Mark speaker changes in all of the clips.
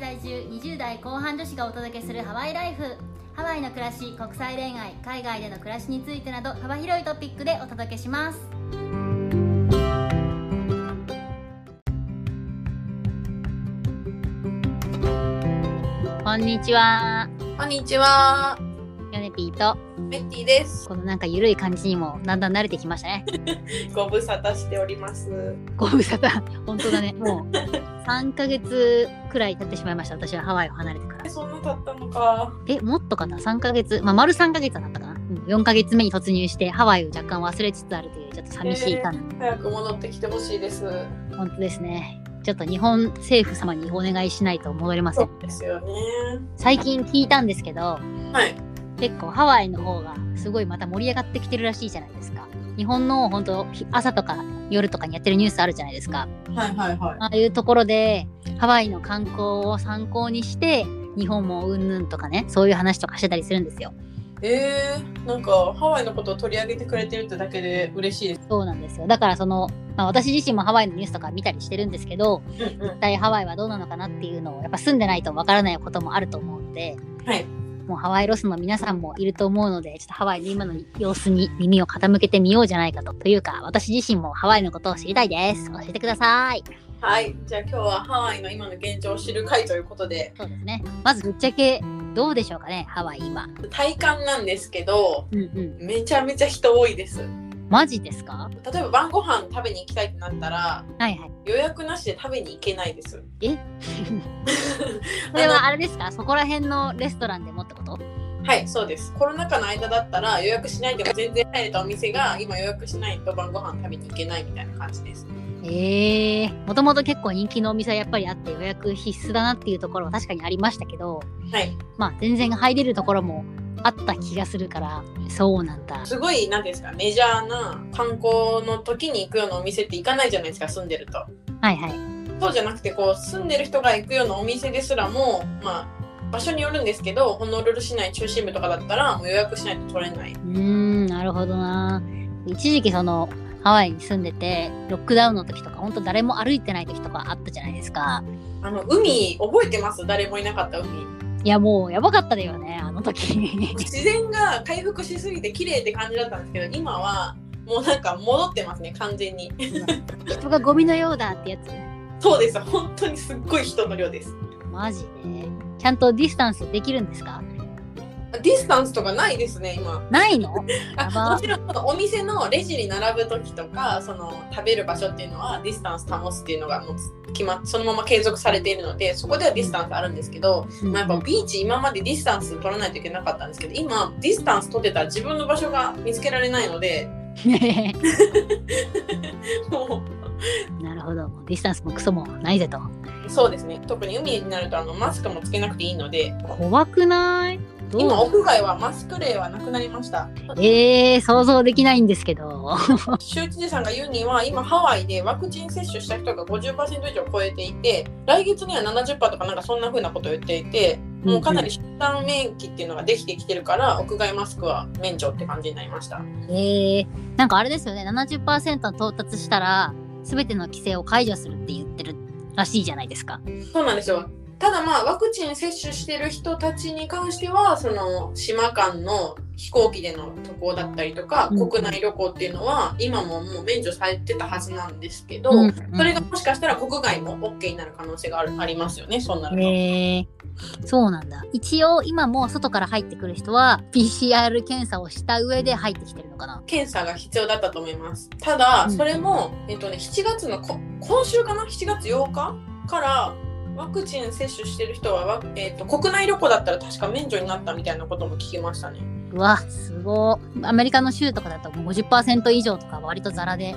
Speaker 1: 20代後半女子がお届けするハワイライフハワイの暮らし国際恋愛海外での暮らしについてなど幅広いトピックでお届けしますこんにちは
Speaker 2: こんにちは、
Speaker 1: ヨネピーと
Speaker 2: メッティです。
Speaker 1: このなんかゆるい感じにもだんだん慣れてきましたね
Speaker 2: ご無沙汰しております。
Speaker 1: ご無沙汰本当だねもう3ヶ月くらい経ってしまいました私はハワイを離れてから
Speaker 2: そんな経ったのか。
Speaker 1: えもっとかな3ヶ月まあ丸3ヶ月はなったかな、うん、4ヶ月目に突入してハワイを若干忘れつつあるというちょっと寂しい感じ、
Speaker 2: 早く戻ってきてほしいです。
Speaker 1: 本当ですねちょっと日本政府様にお願いしないと戻れませ
Speaker 2: そ
Speaker 1: ん
Speaker 2: うですよね。
Speaker 1: 最近聞いたんですけど
Speaker 2: はい。
Speaker 1: 結構ハワイの方がすごいまた盛り上がってきてるらしいじゃないですか日本の本当ひ朝とか夜とかにやってるニュースあるじゃないですか
Speaker 2: はいはいはい。
Speaker 1: ああいうところでハワイの観光を参考にして日本もうんぬんとかねそういう話とかしてたりするんですよ
Speaker 2: えー、なんかハワイのことを取り上げてくれてるってだけで嬉しいです。
Speaker 1: そうなんですよだからその、まあ、私自身もハワイのニュースとか見たりしてるんですけど
Speaker 2: うんう
Speaker 1: 一体ハワイはどうなのかなっていうのをやっぱ住んでないとわからないこともあると思うので
Speaker 2: ん。はい。
Speaker 1: もうハワイロスの皆さんもいると思うのでちょっとハワイの今の様子に耳を傾けてみようじゃないかとというか私自身もハワイのことを知りたいです教えてください
Speaker 2: はい。じゃあ今日はハワイの今の現状を知る会ということで、
Speaker 1: そうですねまずぶっちゃけどうでしょうかねハワイ今
Speaker 2: 体感なんですけど、
Speaker 1: うんうん
Speaker 2: めちゃめちゃ人多いです。
Speaker 1: マジですか
Speaker 2: 例えば晩ご飯食べに行きたいってなったら、
Speaker 1: はいはい
Speaker 2: 予約なしで食べに行けないです。
Speaker 1: えこれはあれですかそこら辺のレストランでもってこと
Speaker 2: はい、そうです。コロナ禍の間だったら予約しないでも全然入れたお店が今予約しないと晩ご飯食べに行けないみたいな感じです。
Speaker 1: ええもともと結構人気のお店はやっぱりあって予約必須だなっていうところは確かにありましたけど
Speaker 2: はい、
Speaker 1: まあ全然入れるところもあった気がするからそうなんだ
Speaker 2: すごい何ですかメジャーな観光の時に行くようなお店って行かないじゃないですか住んでると。
Speaker 1: はいはい
Speaker 2: そうじゃなくてこう住んでる人が行くようなお店ですらもまあ場所によるんですけどホノルル市内中心部とかだったらもう予約しないと取れない。
Speaker 1: うーんなるほどな一時期そのハワイに住んでてロックダウンの時とかほんと誰も歩いてない時とかあったじゃないですか
Speaker 2: あの海覚えてます誰もいなかった海。
Speaker 1: いやもうやばかっただよねあの時
Speaker 2: 自然が回復しすぎて綺麗って感じだったんですけど今はもうなんか戻ってますね完全に。
Speaker 1: 人がゴミのようだってやつ
Speaker 2: そうです本当にすっごい人の量です
Speaker 1: マジでちゃんとディスタンスできるんですか
Speaker 2: あディスタンスとかないですね今
Speaker 1: ないのやば
Speaker 2: あもちろんお店のレジに並ぶ時とかその食べる場所っていうのはディスタンス保つっていうのがもう決まっそのまま継続されているのでそこではディスタンスあるんですけど、まあ、やっぱビーチ今までディスタンス取らないといけなかったんですけど今ディスタンス取ってたら自分の場所が見つけられないので も
Speaker 1: なるほどディスタンスもクソもないぜと
Speaker 2: うそうですね特に海になるとあのマスクもつけなくていいので
Speaker 1: 怖くないどう
Speaker 2: 今屋外はマスク例はなくなりました
Speaker 1: えー、想像できないんですけど
Speaker 2: 州知事さんが言うには今ハワイでワクチン接種した人が50%以上超えていて来月には70%とかなんかそんな風なことを言っていてもうかなり集団免疫っていうのができてきてるから屋外マスクは免除って感じになりました
Speaker 1: えー、なんかあれですよね70%到達したら全ての規制を解除するって言ってるらしいじゃないですか
Speaker 2: そうなんですよただまあワクチン接種してる人たちに関してはその島間の飛行機での渡航だったりとか
Speaker 1: うん
Speaker 2: 国内旅行っていうのは今ももう免除されてたはずなんですけど、
Speaker 1: うん
Speaker 2: それがもしかしたら国外も OK になる可能性があるありますよねそうなると。
Speaker 1: へえー、そうなんだ一応今も外から入ってくる人は PCR 検査をした上で入ってきてるのかな
Speaker 2: 検査が必要だったと思いますただ
Speaker 1: うん
Speaker 2: それも、えっとね7月のこ今週かな7月8日からワクチン接種してる人は、わえっと国内旅行だったら確か免除になったみたいなことも聞きましたね
Speaker 1: うわすごいアメリカの州とかだともう50%以上とか割とザラで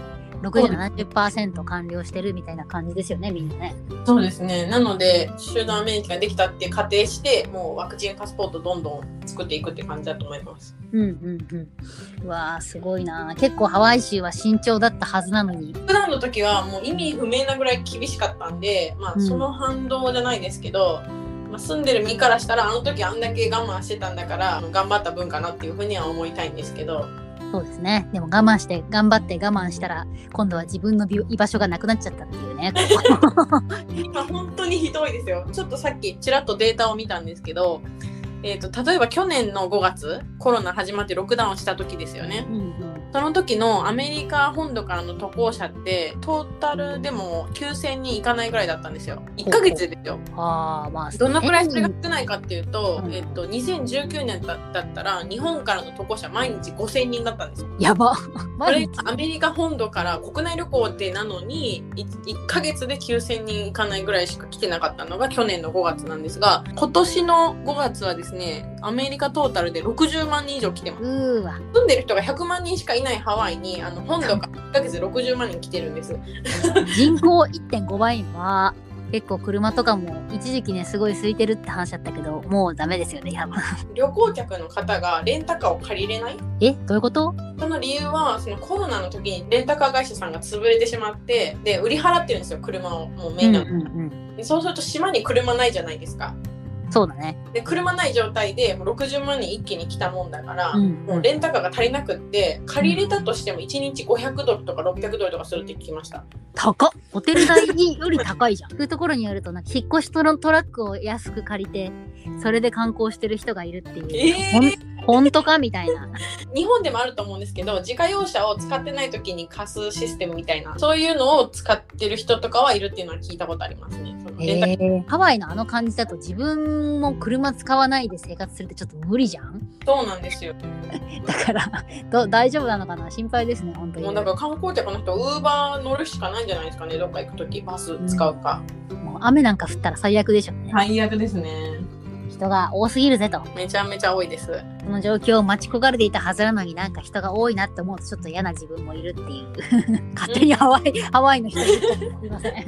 Speaker 1: 6070%完了してるみたいな感じですよねみんなね
Speaker 2: そうですねなので集団免疫ができたって仮定してもうワクチンパスポートどんどん作っていくって感じだと思います
Speaker 1: うんうんうんうわーすごいな結構ハワイ州は慎重だったはずなのに
Speaker 2: 普段の時はもう意味不明なぐらい厳しかったんで、ま
Speaker 1: う
Speaker 2: あ、
Speaker 1: ん
Speaker 2: その反動じゃないですけど、まあ、住んでる身からしたらあの時あんだけ我慢してたんだから頑張った分かなっていうふうには思いたいんですけど
Speaker 1: そうですね。でも我慢して、頑張って我慢したら、今度は自分のび居場所がなくなっちゃったっていうね。
Speaker 2: 今本当にひどいですよちょっとさっきちらっとデータを見たんですけど、えー、と例えば去年の5月コロナ始まってロックダウンした時ですよね
Speaker 1: うんうん。
Speaker 2: その時のアメリカ本土からの渡航者ってトータルでも9000人いかないぐらいだったんですよ1ヶ月ですよ
Speaker 1: ああ、まあ、
Speaker 2: どのくらいそれが
Speaker 1: うん
Speaker 2: 少ないかっていうと
Speaker 1: う、ん
Speaker 2: えっと、2019年だだったら日本からの渡航者毎日5000人だったんですよ
Speaker 1: やば。
Speaker 2: これアメリカ本土から国内旅行でなのに 1, ヶ月で9,000人いかないぐらいしか来てなかったのが去年の5月なんですが今年の5月はですねアメリカトータルで60万人以上来てます
Speaker 1: うーわ。
Speaker 2: 住んでる人が100万人しかいないハワイにあの本土から1ヶ月で60万人来てるんです
Speaker 1: 人口1.5倍は、結構車とかも一時期ね、すごい空いてるって話だったけど、もうダメですよね、やば。
Speaker 2: 旅行客の方がレンタカーを借りれない
Speaker 1: え、どういうこと
Speaker 2: その理由はそのコロナの時にレンタカー会社さんが潰れてしまってで売り払ってるんですよ車をもうメインなの
Speaker 1: うん
Speaker 2: でそうすると島に車ないじゃないですか
Speaker 1: うん。そうだね。
Speaker 2: で車ない状態でもう60万人一気に来たもんだから、
Speaker 1: うん。
Speaker 2: もうレンタカーが足りなくって借りれたとしても1日500ドルとか600ドルとかするって聞きました
Speaker 1: 高っホテル代より高いじゃん。そういうところによると、なんか引っ越しとのトラックを安く借りて、それで観光してる人がいるっていう。ほん本当かみたいな。
Speaker 2: 日本でもあると思うんですけど自家用車を使ってない時に貸すシステムみたいなそういうのを使ってる人とかはいるっていうのは聞いたことありますねそのレンタカー
Speaker 1: えーハワイのあの感じだと自分も車使わないで生活するってちょっと無理じゃん
Speaker 2: そうなんですよ
Speaker 1: だからど大丈夫なのかな心配ですね本当に
Speaker 2: もうだから観光客の人ウーバー乗るしかないんじゃないですかねどっか行く時バス使うか
Speaker 1: もう雨なんか降ったら最悪でしょうね、
Speaker 2: 最悪ですね
Speaker 1: 人が多すぎるぜと
Speaker 2: めちゃめちゃ多いです
Speaker 1: この状況を待ち焦がれていたはずなのになんか人が多いなって思うとちょっと嫌な自分もいるっていう 勝手にハワイ、ハワイの人にすいません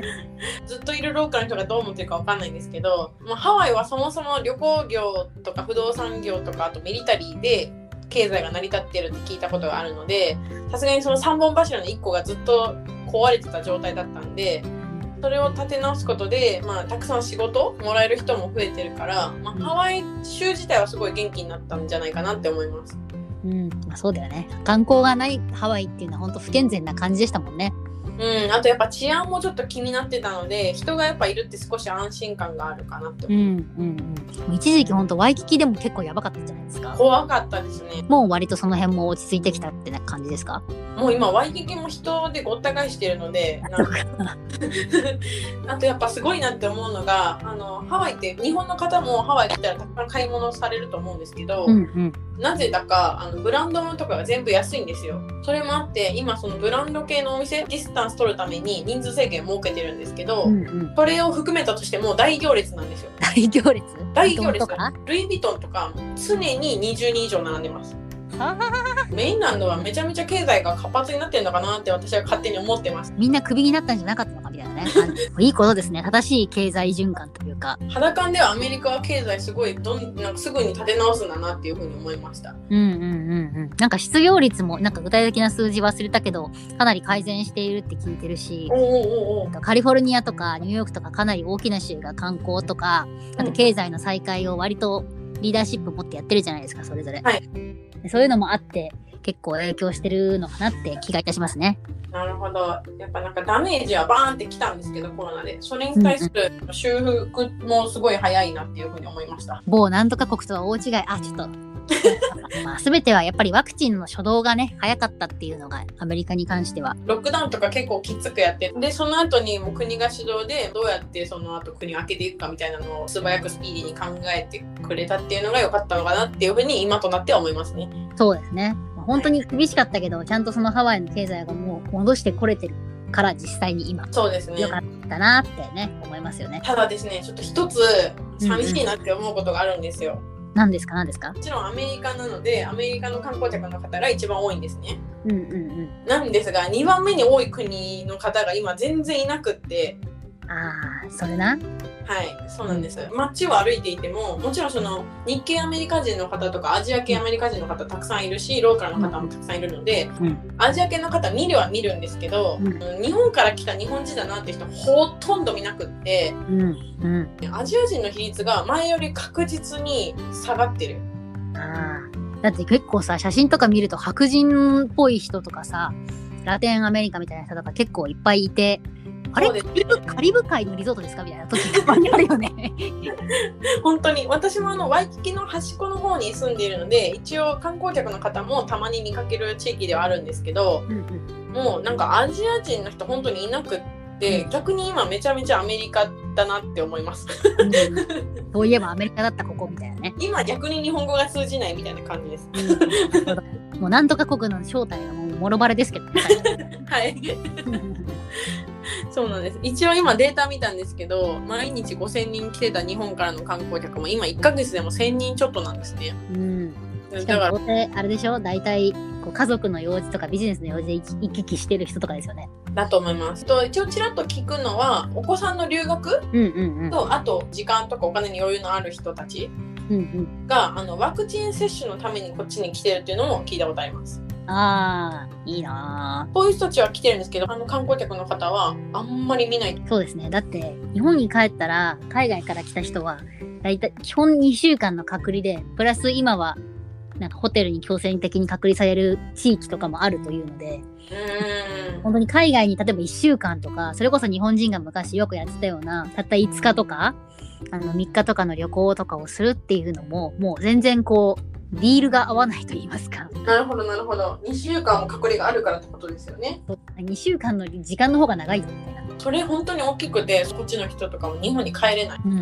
Speaker 2: ずっといるローカルの人がどう思ってるかわかんないんですけど、まあ、ハワイはそもそも旅行業とか不動産業とかあとミリタリーで経済が成り立ってるって聞いたことがあるのでさすがにその3本柱の1個がずっと壊れてた状態だったんでそれを立て直すことで、まあ、たくさん仕事もらえる人も増えてるから、まあ、ハワイ州自体はすごい元気になったんじゃないかなって思います。
Speaker 1: うんまあそうだよね観光がないハワイっていうのは本当不健全な感じでしたもんね
Speaker 2: うん、あとやっぱ治安もちょっと気になってたので人がやっぱいるって少し安心感があるかなって思います
Speaker 1: うんうんうん一時期本当ワイキキでも結構やばかったじゃないですか
Speaker 2: 怖かったですね
Speaker 1: もう割とその辺も落ち着いてきたってな感じですか
Speaker 2: もう今ワイキキも人でごった返してるのでなんか あとやっぱすごいなって思うのがあのハワイって日本の方もハワイ来たらたくさん買い物されると思うんですけど、
Speaker 1: うんうん。
Speaker 2: なぜだかあのブランドのとかが全部安いんですよそれもあって今そのブランド系のお店ディスタンス取るために人数制限設けてるんですけど、
Speaker 1: うんうん、
Speaker 2: それを含めたとしても大行列なんですよ
Speaker 1: 大行列
Speaker 2: 大行列
Speaker 1: とか
Speaker 2: ルイ・ヴィトンとか常に20人以上並んでます
Speaker 1: あ
Speaker 2: メインランドはめちゃめちゃ経済が活発になってるのかなって私は勝手に思ってます
Speaker 1: みんなクビになったんじゃなかったのかみたい なね。感じいいことですね。正しい経済循環というか。
Speaker 2: 肌感ではアメリカは経済すごいどんなんかすぐに立て直すんだなっていうふうに思いました
Speaker 1: うんうんうんうん。なんか失業率も、なんか具体的な数字忘れたけど、かなり改善しているって聞いてるし
Speaker 2: お、おおうおう
Speaker 1: カリフォルニアとかニューヨークとかかなり大きな州が観光とか、あと経済の再開を割とリーダーシップ持ってやってるじゃないですか、それぞれ。
Speaker 2: はい
Speaker 1: でそういうのもあって、結構影響してるのかなって気がいたしますね。
Speaker 2: なるほどやっぱなんかダメージはバーンってきたんですけどコロナでそれに対する修復もすごい早いなっていうふうに思いました
Speaker 1: 某何とか国とは大違い。あ、ちょっと。 まあ、全てはやっぱりワクチンの初動がね、早かったっていうのがアメリカに関しては。
Speaker 2: ロックダウンとか結構きつくやってでその後にもう国が主導でどうやってその後国を開けていくかみたいなのを素早くスピーディーに考えてくれたっていうのが良かったのかなっていうふうに今となっては思いますね
Speaker 1: そうですね。まあ本当に厳しかったけど、ちゃんとそのハワイの経済がもう戻してこれてるから、実際に今、
Speaker 2: そうですね
Speaker 1: 良かったなってね、思いますよね。
Speaker 2: ただですねちょっと一つ寂しいなって思うことがあるんですよ、
Speaker 1: 何ですか何ですか
Speaker 2: もちろんアメリカなのでアメリカの観光客の方が一番多いんですね
Speaker 1: うんうん
Speaker 2: なんですが2番目に多い国の方が今全然いなくって
Speaker 1: うん。ああ、それな。
Speaker 2: はいそうなんです街を歩いていてももちろんその日系アメリカ人の方とかアジア系アメリカ人の方たくさんいるしローカルの方もたくさんいるので、
Speaker 1: うん
Speaker 2: アジア系の方見るは見るんですけど、
Speaker 1: うん
Speaker 2: 日本から来た日本人だなって人ほとんど見なくって
Speaker 1: うんう
Speaker 2: アジア人の比率が前より確実に下がってる
Speaker 1: ん。ああ、だって結構さ、写真とか見ると白人っぽい人とかさ、ラテンアメリカみたいな人とか結構いっぱいいて、あれ
Speaker 2: そうですね
Speaker 1: カリブ海のリゾートですかみたいな時たまにあるよね。
Speaker 2: 本当に私もあのワイキキの端っこの方に住んでいるので一応観光客の方もたまに見かける地域ではあるんですけどもうなんかアジア人の人本当にいなくって逆に今めちゃめちゃアメリカだなって思います
Speaker 1: うんそういえばアメリカだったここみたいなね。
Speaker 2: 今逆に日本語が通じないみたいな感じです
Speaker 1: もうなんとか国の正体がもうもろバレですけど、ね。
Speaker 2: はいそうなんです一応今データ見たんですけど毎日5000人来てた日本からの観光客も今1ヶ月でも1000人ちょっとなんですね
Speaker 1: うん。し
Speaker 2: だ
Speaker 1: か
Speaker 2: から
Speaker 1: も、あれでしょ大体、こう家族の用事とかビジネスの用事で行き来してる人とかですよね。
Speaker 2: だと思いますと一応ちらっと聞くのはお子さんの留学
Speaker 1: うんうん
Speaker 2: とあと時間とかお金に余裕のある人たち
Speaker 1: うん。うん
Speaker 2: があのワクチン接種のためにこっちに来てるっていうのも聞いたことあります
Speaker 1: うん。ああ、いいな
Speaker 2: こういう人たちは来てるんですけどあの観光客の方はあんまり見ない
Speaker 1: ーそうですね。だって、日本に帰ったら、海外から来た人は、大体、基本2週間の隔離で、プラス今は、なんかホテルに強制的に隔離される地域とかもあるというので、
Speaker 2: うーん
Speaker 1: 本当に海外に例えば1週間とかそれこそ日本人が昔よくやってたようなたった5日とかあの3日とかの旅行とかをするっていうのももう全然こうディールが合わないと言いますか
Speaker 2: なるほどなるほど2週間も隔離があるからってことですよね
Speaker 1: 2週間の時間の方が長いよみたいな。
Speaker 2: それ本当に大きくてこっちの人とかも日本に帰れない
Speaker 1: うんうんう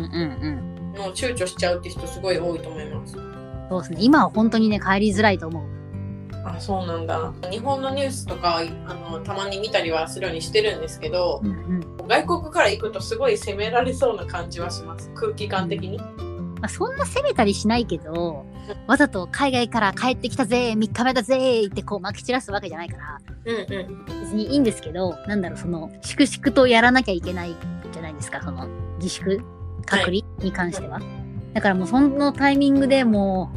Speaker 1: ん
Speaker 2: のを躊躇しちゃうって人すごい多いと思います
Speaker 1: そうですね今は本当にね帰りづらいと思う。
Speaker 2: あそうなんだ日本のニュースとかあのたまに見たりはするようにしてるんですけど
Speaker 1: うんうん
Speaker 2: 外国から行くとすごい責められそうな感じはします空気感的に
Speaker 1: まあ、そんな責めたりしないけどわざと海外から帰ってきたぜ3日目だぜってこうまき散らすわけじゃないから
Speaker 2: うんうん
Speaker 1: 別にいいんですけど、なんだろう、その、粛々とやらなきゃいけないじゃないですか、その、自粛、隔離に関しては。だからもう、そのタイミングでも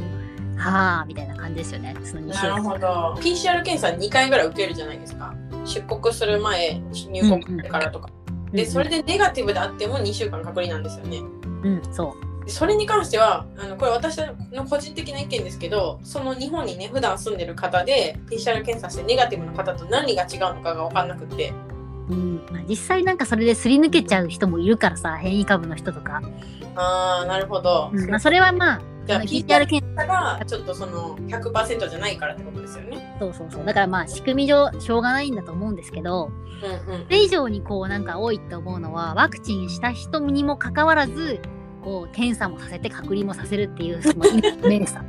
Speaker 1: う、はあみたいな感じですよね、その2週
Speaker 2: なる
Speaker 1: 間。
Speaker 2: ほど PCR 検査2回ぐらい受けるじゃないですか出国する前入国からとか、でそれでネガティブであっても2週間隔離なんですよね
Speaker 1: うん、うん、そう。
Speaker 2: それに関してはあのこれ私の個人的な意見ですけどその日本にね普段住んでる方で PCR 検査してネガティブの方と何が違うのかが分かんなくて
Speaker 1: うんまあ、実際なんかそれですり抜けちゃう人もいるからさ、変異株の人とか。
Speaker 2: ああなるほど、
Speaker 1: うんまあ、それはまあ、
Speaker 2: じゃあ
Speaker 1: あの
Speaker 2: PCR 検査がちょっとその100%じゃないからってことですよね
Speaker 1: そうそうそう。だからまあ、仕組み上、しょうがないんだと思うんですけど、
Speaker 2: うんうん
Speaker 1: それ以上にこうなんか多いって思うのはワクチンした人にもかかわらずこう検査もさせて隔離もさせるっていうその面さ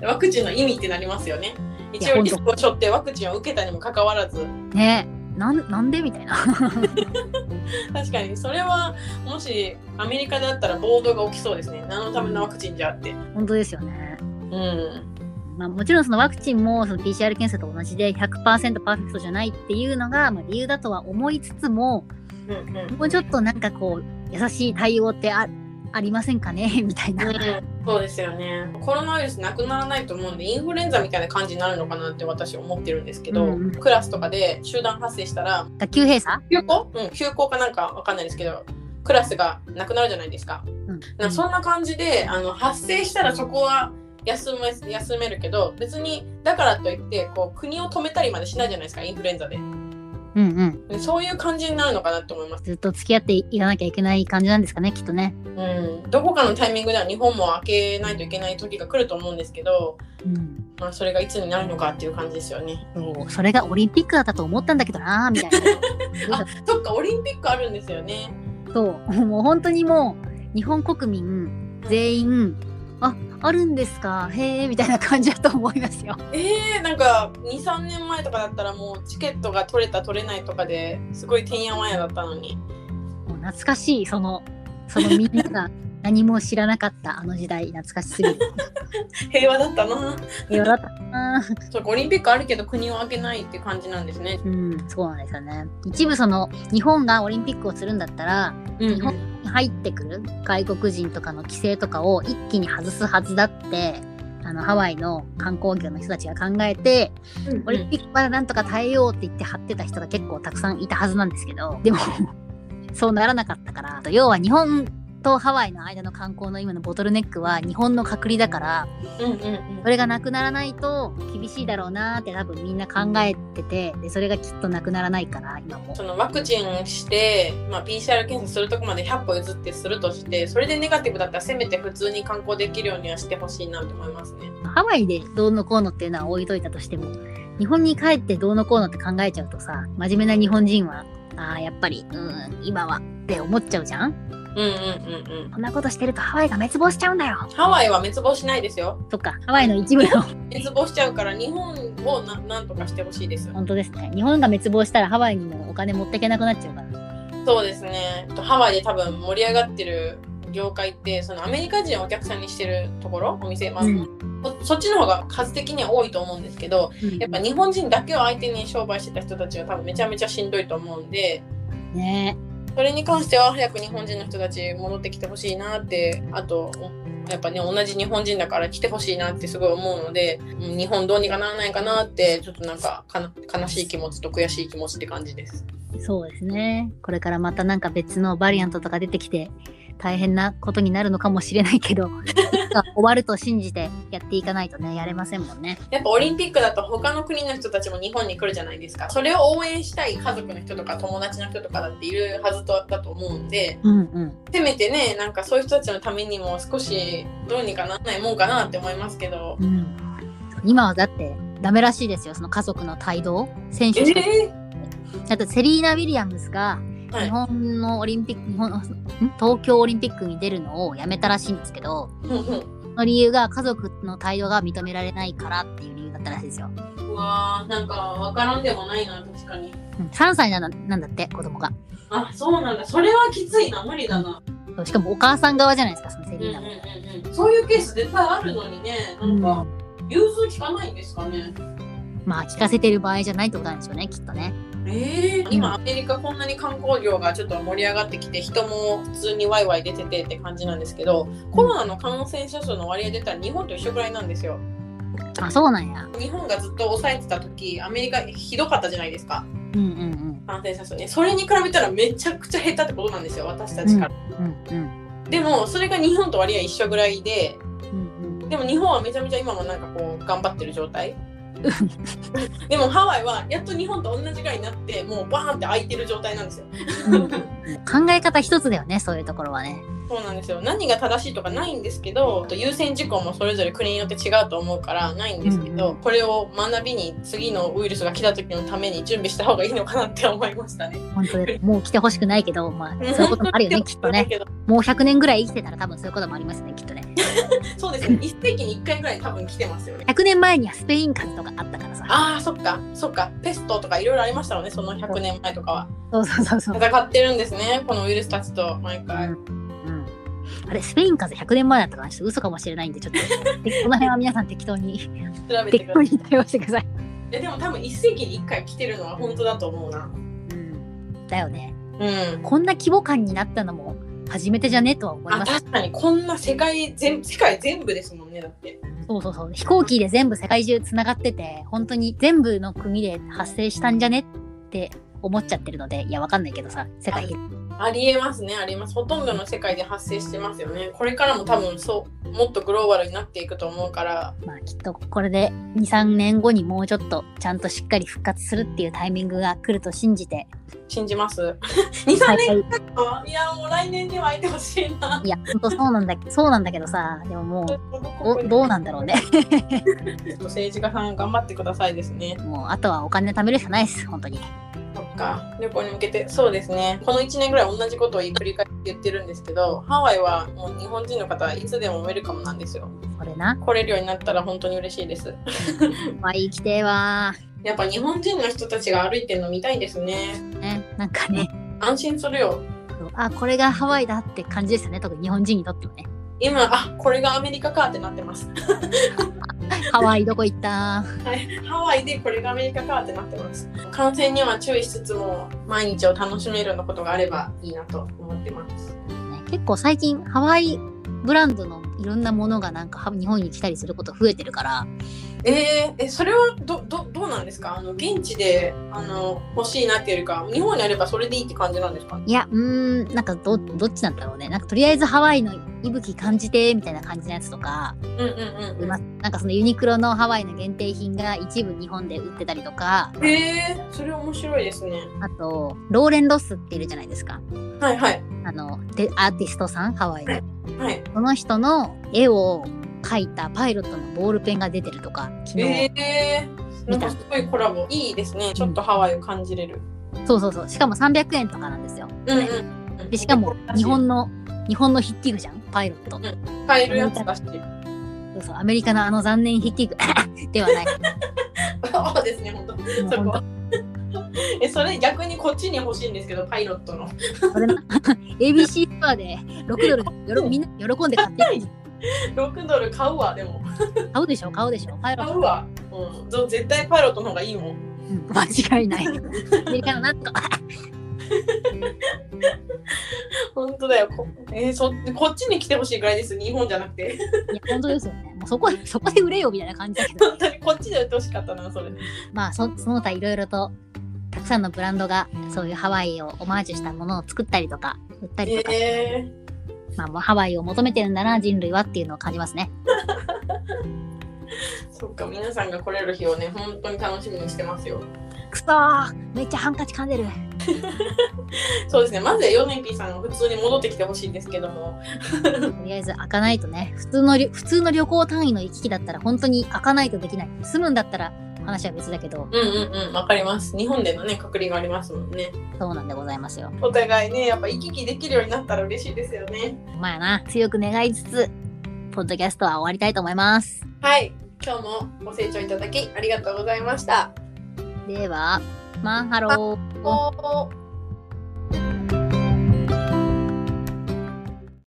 Speaker 2: ワクチンの意味ってなりますよね一
Speaker 1: いや
Speaker 2: 応
Speaker 1: 本
Speaker 2: リ
Speaker 1: 当
Speaker 2: スクを背負ってワクチンを受けたにもかかわらず
Speaker 1: ねえなんなんでみたいな
Speaker 2: 確かにそれはもしアメリカであったら暴動が起きそうですね何のためのワクチンじゃって
Speaker 1: 本当ですよね、
Speaker 2: うん
Speaker 1: まあ、もちろんそのワクチンもその PCR 検査と同じで100%パーフェクトじゃないっていうのが、まあ、理由だとは思いつつも
Speaker 2: うんうんうん
Speaker 1: もうちょっとなんかこう優しい対応ってあありませんかねみたいな
Speaker 2: そうですよねコロナウイルスなくならないと思うんでインフルエンザみたいな感じになるのかなって私思ってるんですけど、
Speaker 1: うん
Speaker 2: クラスとかで集団発生したら
Speaker 1: 学級閉鎖、
Speaker 2: 休校、うん、休校かなんかわかんないですけどクラスがなくなるじゃないですか
Speaker 1: うん
Speaker 2: なんかそんな感じであの発生したらそこは休め休めるけど別にだからといってこう国を止めたりまでしないじゃないですかインフルエンザで
Speaker 1: うんうん、
Speaker 2: でそういう感じになるのかなと思います、
Speaker 1: ずっと付き合っていかなきゃいけない感じなんですかねきっとね。
Speaker 2: うん、どこかのタイミングでは日本も開けないといけない時が来ると思うんですけど、
Speaker 1: うん
Speaker 2: まあ、それがいつになるのかっていう感じですよね
Speaker 1: そうそれがオリンピックだったと思ったんだけどなーみたい な
Speaker 2: あそっかオリンピックあるんですよね
Speaker 1: そうもう本当にもう日本国民全員ああるんですかへえみたいな感じだと思いますよ
Speaker 2: えー、なんか23年前とかだったらもうチケットが取れた取れないとかですごいてんやわんやだったのに
Speaker 1: もう懐かしいそ のそのみんなが何も知らなかったあの時代懐かしすぎる
Speaker 2: 平和だったな
Speaker 1: 平和だったなー
Speaker 2: そうかオリンピックあるけど国を開けないって感じなんですね、
Speaker 1: うんそうなんですよね一部その日本がオリンピックをするんだったら
Speaker 2: うん
Speaker 1: 日本入ってくる外国人とかの規制とかを一気に外すはずだってあのハワイの観光業の人たちが考えてオリンピックまでなんとか耐えようって言って張ってた人が 結構たくさんいたはずなんですけどでもそうならなかったから要は日本とハワイの間の観光の今のボトルネックは日本の隔離だから
Speaker 2: うんうん
Speaker 1: それがなくならないと厳しいだろうなーって多分みんな考えててでそれがきっとなくならないから今も
Speaker 2: そのワクチンして、まあ、PCR 検査するとこまで100歩譲ってするとしてそれでネガティブだったらせめて普通に観光できるようにはしてほしいなと思いますね。
Speaker 1: ハワイでどうのこうのっていうのは置いといたとしても日本に帰ってどうのこうのって考えちゃうとさ真面目な日本人はああやっぱりうーん今はって思っちゃうじゃん
Speaker 2: うんうんうんうん
Speaker 1: こんなことしてるとハワイが滅亡しちゃうんだよ
Speaker 2: ハワイは滅亡しないですよ。
Speaker 1: とかハワイの一部の
Speaker 2: 滅亡しちゃうから日本をななんとかしてほしいです。
Speaker 1: 本当ですね日本が滅亡したらハワイにもお金持ってけなくなっちゃうから
Speaker 2: そうですね。ハワイで多分盛り上がってる業界ってそのアメリカ人をお客さんにしてるところお店、まあ
Speaker 1: うん
Speaker 2: そそっちの方が数的には多いと思うんですけどやっぱ日本人だけを相手に商売してた人たちは多分めちゃめちゃしんどいと思うんで
Speaker 1: ね
Speaker 2: それに関しては早く日本人の人たち戻ってきてほしいなってあとやっぱね同じ日本人だから来てほしいなってすごい思うのでうん日本どうにかならないかなってちょっとなんかかな悲しい気持ちと悔しい気持ちって感じです。
Speaker 1: そうですねこれからまたなんか別のバリアントとか出てきて大変なことになるのかもしれないけどいつか終わると信じてやっていかないとねやれませんもんね
Speaker 2: やっぱオリンピックだと他の国の人たちも日本に来るじゃないですかそれを応援したい家族の人とか友達の人とかだっているはずとだと思うんで
Speaker 1: うんうん
Speaker 2: せめてねなんかそういう人たちのためにも少しどうにかならないもんかなって思いますけど
Speaker 1: うん今はだってダメらしいですよその家族の帯同選手
Speaker 2: え
Speaker 1: とか
Speaker 2: ー
Speaker 1: あとセリーナ・ウィリアムズが
Speaker 2: は
Speaker 1: 日
Speaker 2: い
Speaker 1: 本のオリンピック日本のん東京オリンピックに出るのをやめたらしいんですけど
Speaker 2: うん
Speaker 1: その理由が家族の態度が認められないからっていう理由だったらしいですよ。
Speaker 2: うんうわーなんかわからんでもないな確かに
Speaker 1: うん、3歳なんだなんだって子供が。
Speaker 2: あそうなんだそれはきついな無理だな
Speaker 1: しかもお母さん側じゃないですかそのセ
Speaker 2: うんう
Speaker 1: リー
Speaker 2: ん
Speaker 1: ナも。
Speaker 2: うんうんそういうケース絶対あるのにねなんか融通聞かないんですかね
Speaker 1: まあ聞かせてる場合じゃないってことなんでしょうねきっとね。
Speaker 2: えー、今アメリカこんなに観光業がちょっと盛り上がってきて人も普通にワイワイ出ててって感じなんですけどコロナの感染者数の割合出たら日本と一緒ぐらいなんですよ
Speaker 1: あそうなんや。
Speaker 2: 日本がずっと抑えてた時アメリカひどかったじゃないですか
Speaker 1: うんうん
Speaker 2: 感染者数ねそれに比べたらめちゃくちゃ減ったってことなんですよ私たちから、
Speaker 1: うん。うんうん。
Speaker 2: でもそれが日本と割合一緒ぐらいで
Speaker 1: うんうん、
Speaker 2: でも日本はめちゃめちゃ今もなんかこう頑張ってる状態でもハワイはやっと日本と同じぐらいになってもうバーンって空いてる状態なんですよ
Speaker 1: 考え方一つだよねそういうところはね。
Speaker 2: そうなんですよ何が正しいとかないんですけどと優先事項もそれぞれ国によって違うと思うからないんですけど、
Speaker 1: うん
Speaker 2: これを学びに次のウイルスが来た時のために準備した方がいいのかなって思いましたね。
Speaker 1: 本当でもう来てほしくないけどまあそういうこともあ るよねきっとね。
Speaker 2: けど
Speaker 1: もう100年ぐらい生きてたら多分そういうこともありますねきっとね。
Speaker 2: そうですね一世紀に一回ぐらい多分来てますよね。
Speaker 1: 100年前にはスペイン風邪とかあったからさ。
Speaker 2: ああそっかそっかペストとかいろいろありましたよねその100年前とかは
Speaker 1: そうそうそうそう。
Speaker 2: 戦ってるんですねこのウイルスたちと毎回、
Speaker 1: うんあれスペイン風邪100年前だったかなちょっと嘘かもしれないんでちょっと この辺は皆さん適当に
Speaker 2: 調べて
Speaker 1: 適
Speaker 2: くだ
Speaker 1: 当
Speaker 2: さい
Speaker 1: に対応してください、
Speaker 2: えでも多分一世紀に一回来てるのは本当だと思うな
Speaker 1: うん、だよね
Speaker 2: うん
Speaker 1: こんな規模感になったのも初めてじゃねとは思い
Speaker 2: あ
Speaker 1: ます
Speaker 2: 確かにこんな世界全世界全部ですもんねだって
Speaker 1: そうそうそう飛行機で全部世界中つながってて本当に全部の国で発生したんじゃねって思っちゃってるのでいやわかんないけどさ世界
Speaker 2: ありえますねありますほとんどの世界で発生してますよねこれからも多分そうもっとグローバルになっていくと思うから
Speaker 1: まあきっとこれで23年後にもうちょっとちゃんとしっかり復活するっていうタイミングが来ると信じて
Speaker 2: 信じます23年かいやもう来年には会えてほしいない
Speaker 1: や本当そうなんだそうなんだけどさでももうおどうなんだろうね。
Speaker 2: ちょっと政治家さん頑張ってくださいですね
Speaker 1: もうあとはお金貯めるしかないです本当に
Speaker 2: そっか旅行に向けてそうですねこの1年ぐらい同じことを繰り返し言ってるんですけどハワイはもう日本人の方はいつでもウェルカムなんですよ
Speaker 1: これな
Speaker 2: 来れるようになったら本当に嬉しいです
Speaker 1: まあ生きてえわ
Speaker 2: やっぱ日本人の人たちが歩いてるの見たいですね
Speaker 1: ねなんかね
Speaker 2: 安心するよ
Speaker 1: あこれがハワイだって感じですよね特に日本人にとってもね
Speaker 2: 今あこれがアメリカかってなってます
Speaker 1: ハワイどこ行った
Speaker 2: はいハワイでこれがアメリカかってなってます感染には注意しつつも毎日を楽しめるようなことがあればいいなと思ってます
Speaker 1: ね結構最近ハワイブランドのいろんなものがなんかは日本に来たりすること増えてるから
Speaker 2: えーえそれはどどどうなんですかあの現地であの欲しいなっていうよりか日本にあればそれでいいって感じなんですかね
Speaker 1: いや、うーん、なんかど、どっちなんだろうね。なんかとりあえずハワイの息吹感じて、みたいな感じのやつとか、
Speaker 2: うんうん
Speaker 1: いますなんかそのユニクロのハワイの限定品が一部日本で売ってたりとか、
Speaker 2: うんえー、それ面白いですね
Speaker 1: あと、ローレン・ロスっているじゃないですか。
Speaker 2: はいはい
Speaker 1: あの、でアーティストさん、ハワイの。
Speaker 2: はい
Speaker 1: この人の絵を描いたパイロットのボールペンが出てるとか、昨日、
Speaker 2: えー、なんかすごいコラボいいですねちょっとハワイを感じれる
Speaker 1: そうそうそう。しかも300円とかなんですよ。
Speaker 2: うんうんうん
Speaker 1: で、しかも日本の、日本の筆記具じゃん、パイロット。
Speaker 2: 買えるやつだし
Speaker 1: そうそう、アメリカのあの残念筆記具 では ない。
Speaker 2: そうですね本当
Speaker 1: もう
Speaker 2: そ
Speaker 1: 本
Speaker 2: こ
Speaker 1: 当
Speaker 2: えそれ逆にこっちに欲しいんですけどパイロットの
Speaker 1: それな ABC ストアで6ドルでよろみんな喜んで買ってる
Speaker 2: 6ドル買うわでも
Speaker 1: 買うでしょ買うでしょパイロ
Speaker 2: 買
Speaker 1: ッ
Speaker 2: うわ、うん、ぞ絶対パイロットの方がいいもん
Speaker 1: ト間違い ないアメリカのなんとか
Speaker 2: 本当だよこ,、えーそこっちに来てほしいぐらいです日本じゃなくて
Speaker 1: いや本当ですよねもうそこでそこで売れよみたいな感じだけ ど
Speaker 2: 本当にこっちで売ってほしかったなそれ
Speaker 1: まあそその他いろいろとたくさんのブランドがそういうハワイをオマージュしたものを作ったりとか売ったりとか、
Speaker 2: えー
Speaker 1: まあもうハワイを求めてるんだな人類はっていうのを感じますね
Speaker 2: そっか皆さんが来れる日をね本当に楽しみにしてますよ
Speaker 1: くそーめっちゃハンカチ噛んでる
Speaker 2: そうですねまずはヨネピーさんが普通に戻ってきてほしいんですけども
Speaker 1: とりあえず開かないとね普通のり普通の旅行単位の行き来だったら本当に開かないとできない住むんだったら話は別だけど
Speaker 2: うんうんうんわかります日本でのね隔離がありますもんね
Speaker 1: そうなんでございますよ。
Speaker 2: お互いねやっぱ行き来できるようになったら嬉しいですよね
Speaker 1: まあな、強く願いつつ、ポッドキャストは終わりたいと思います。
Speaker 2: はい今日もご清聴いただきありがとうございました
Speaker 1: では、マンハロー。
Speaker 2: おー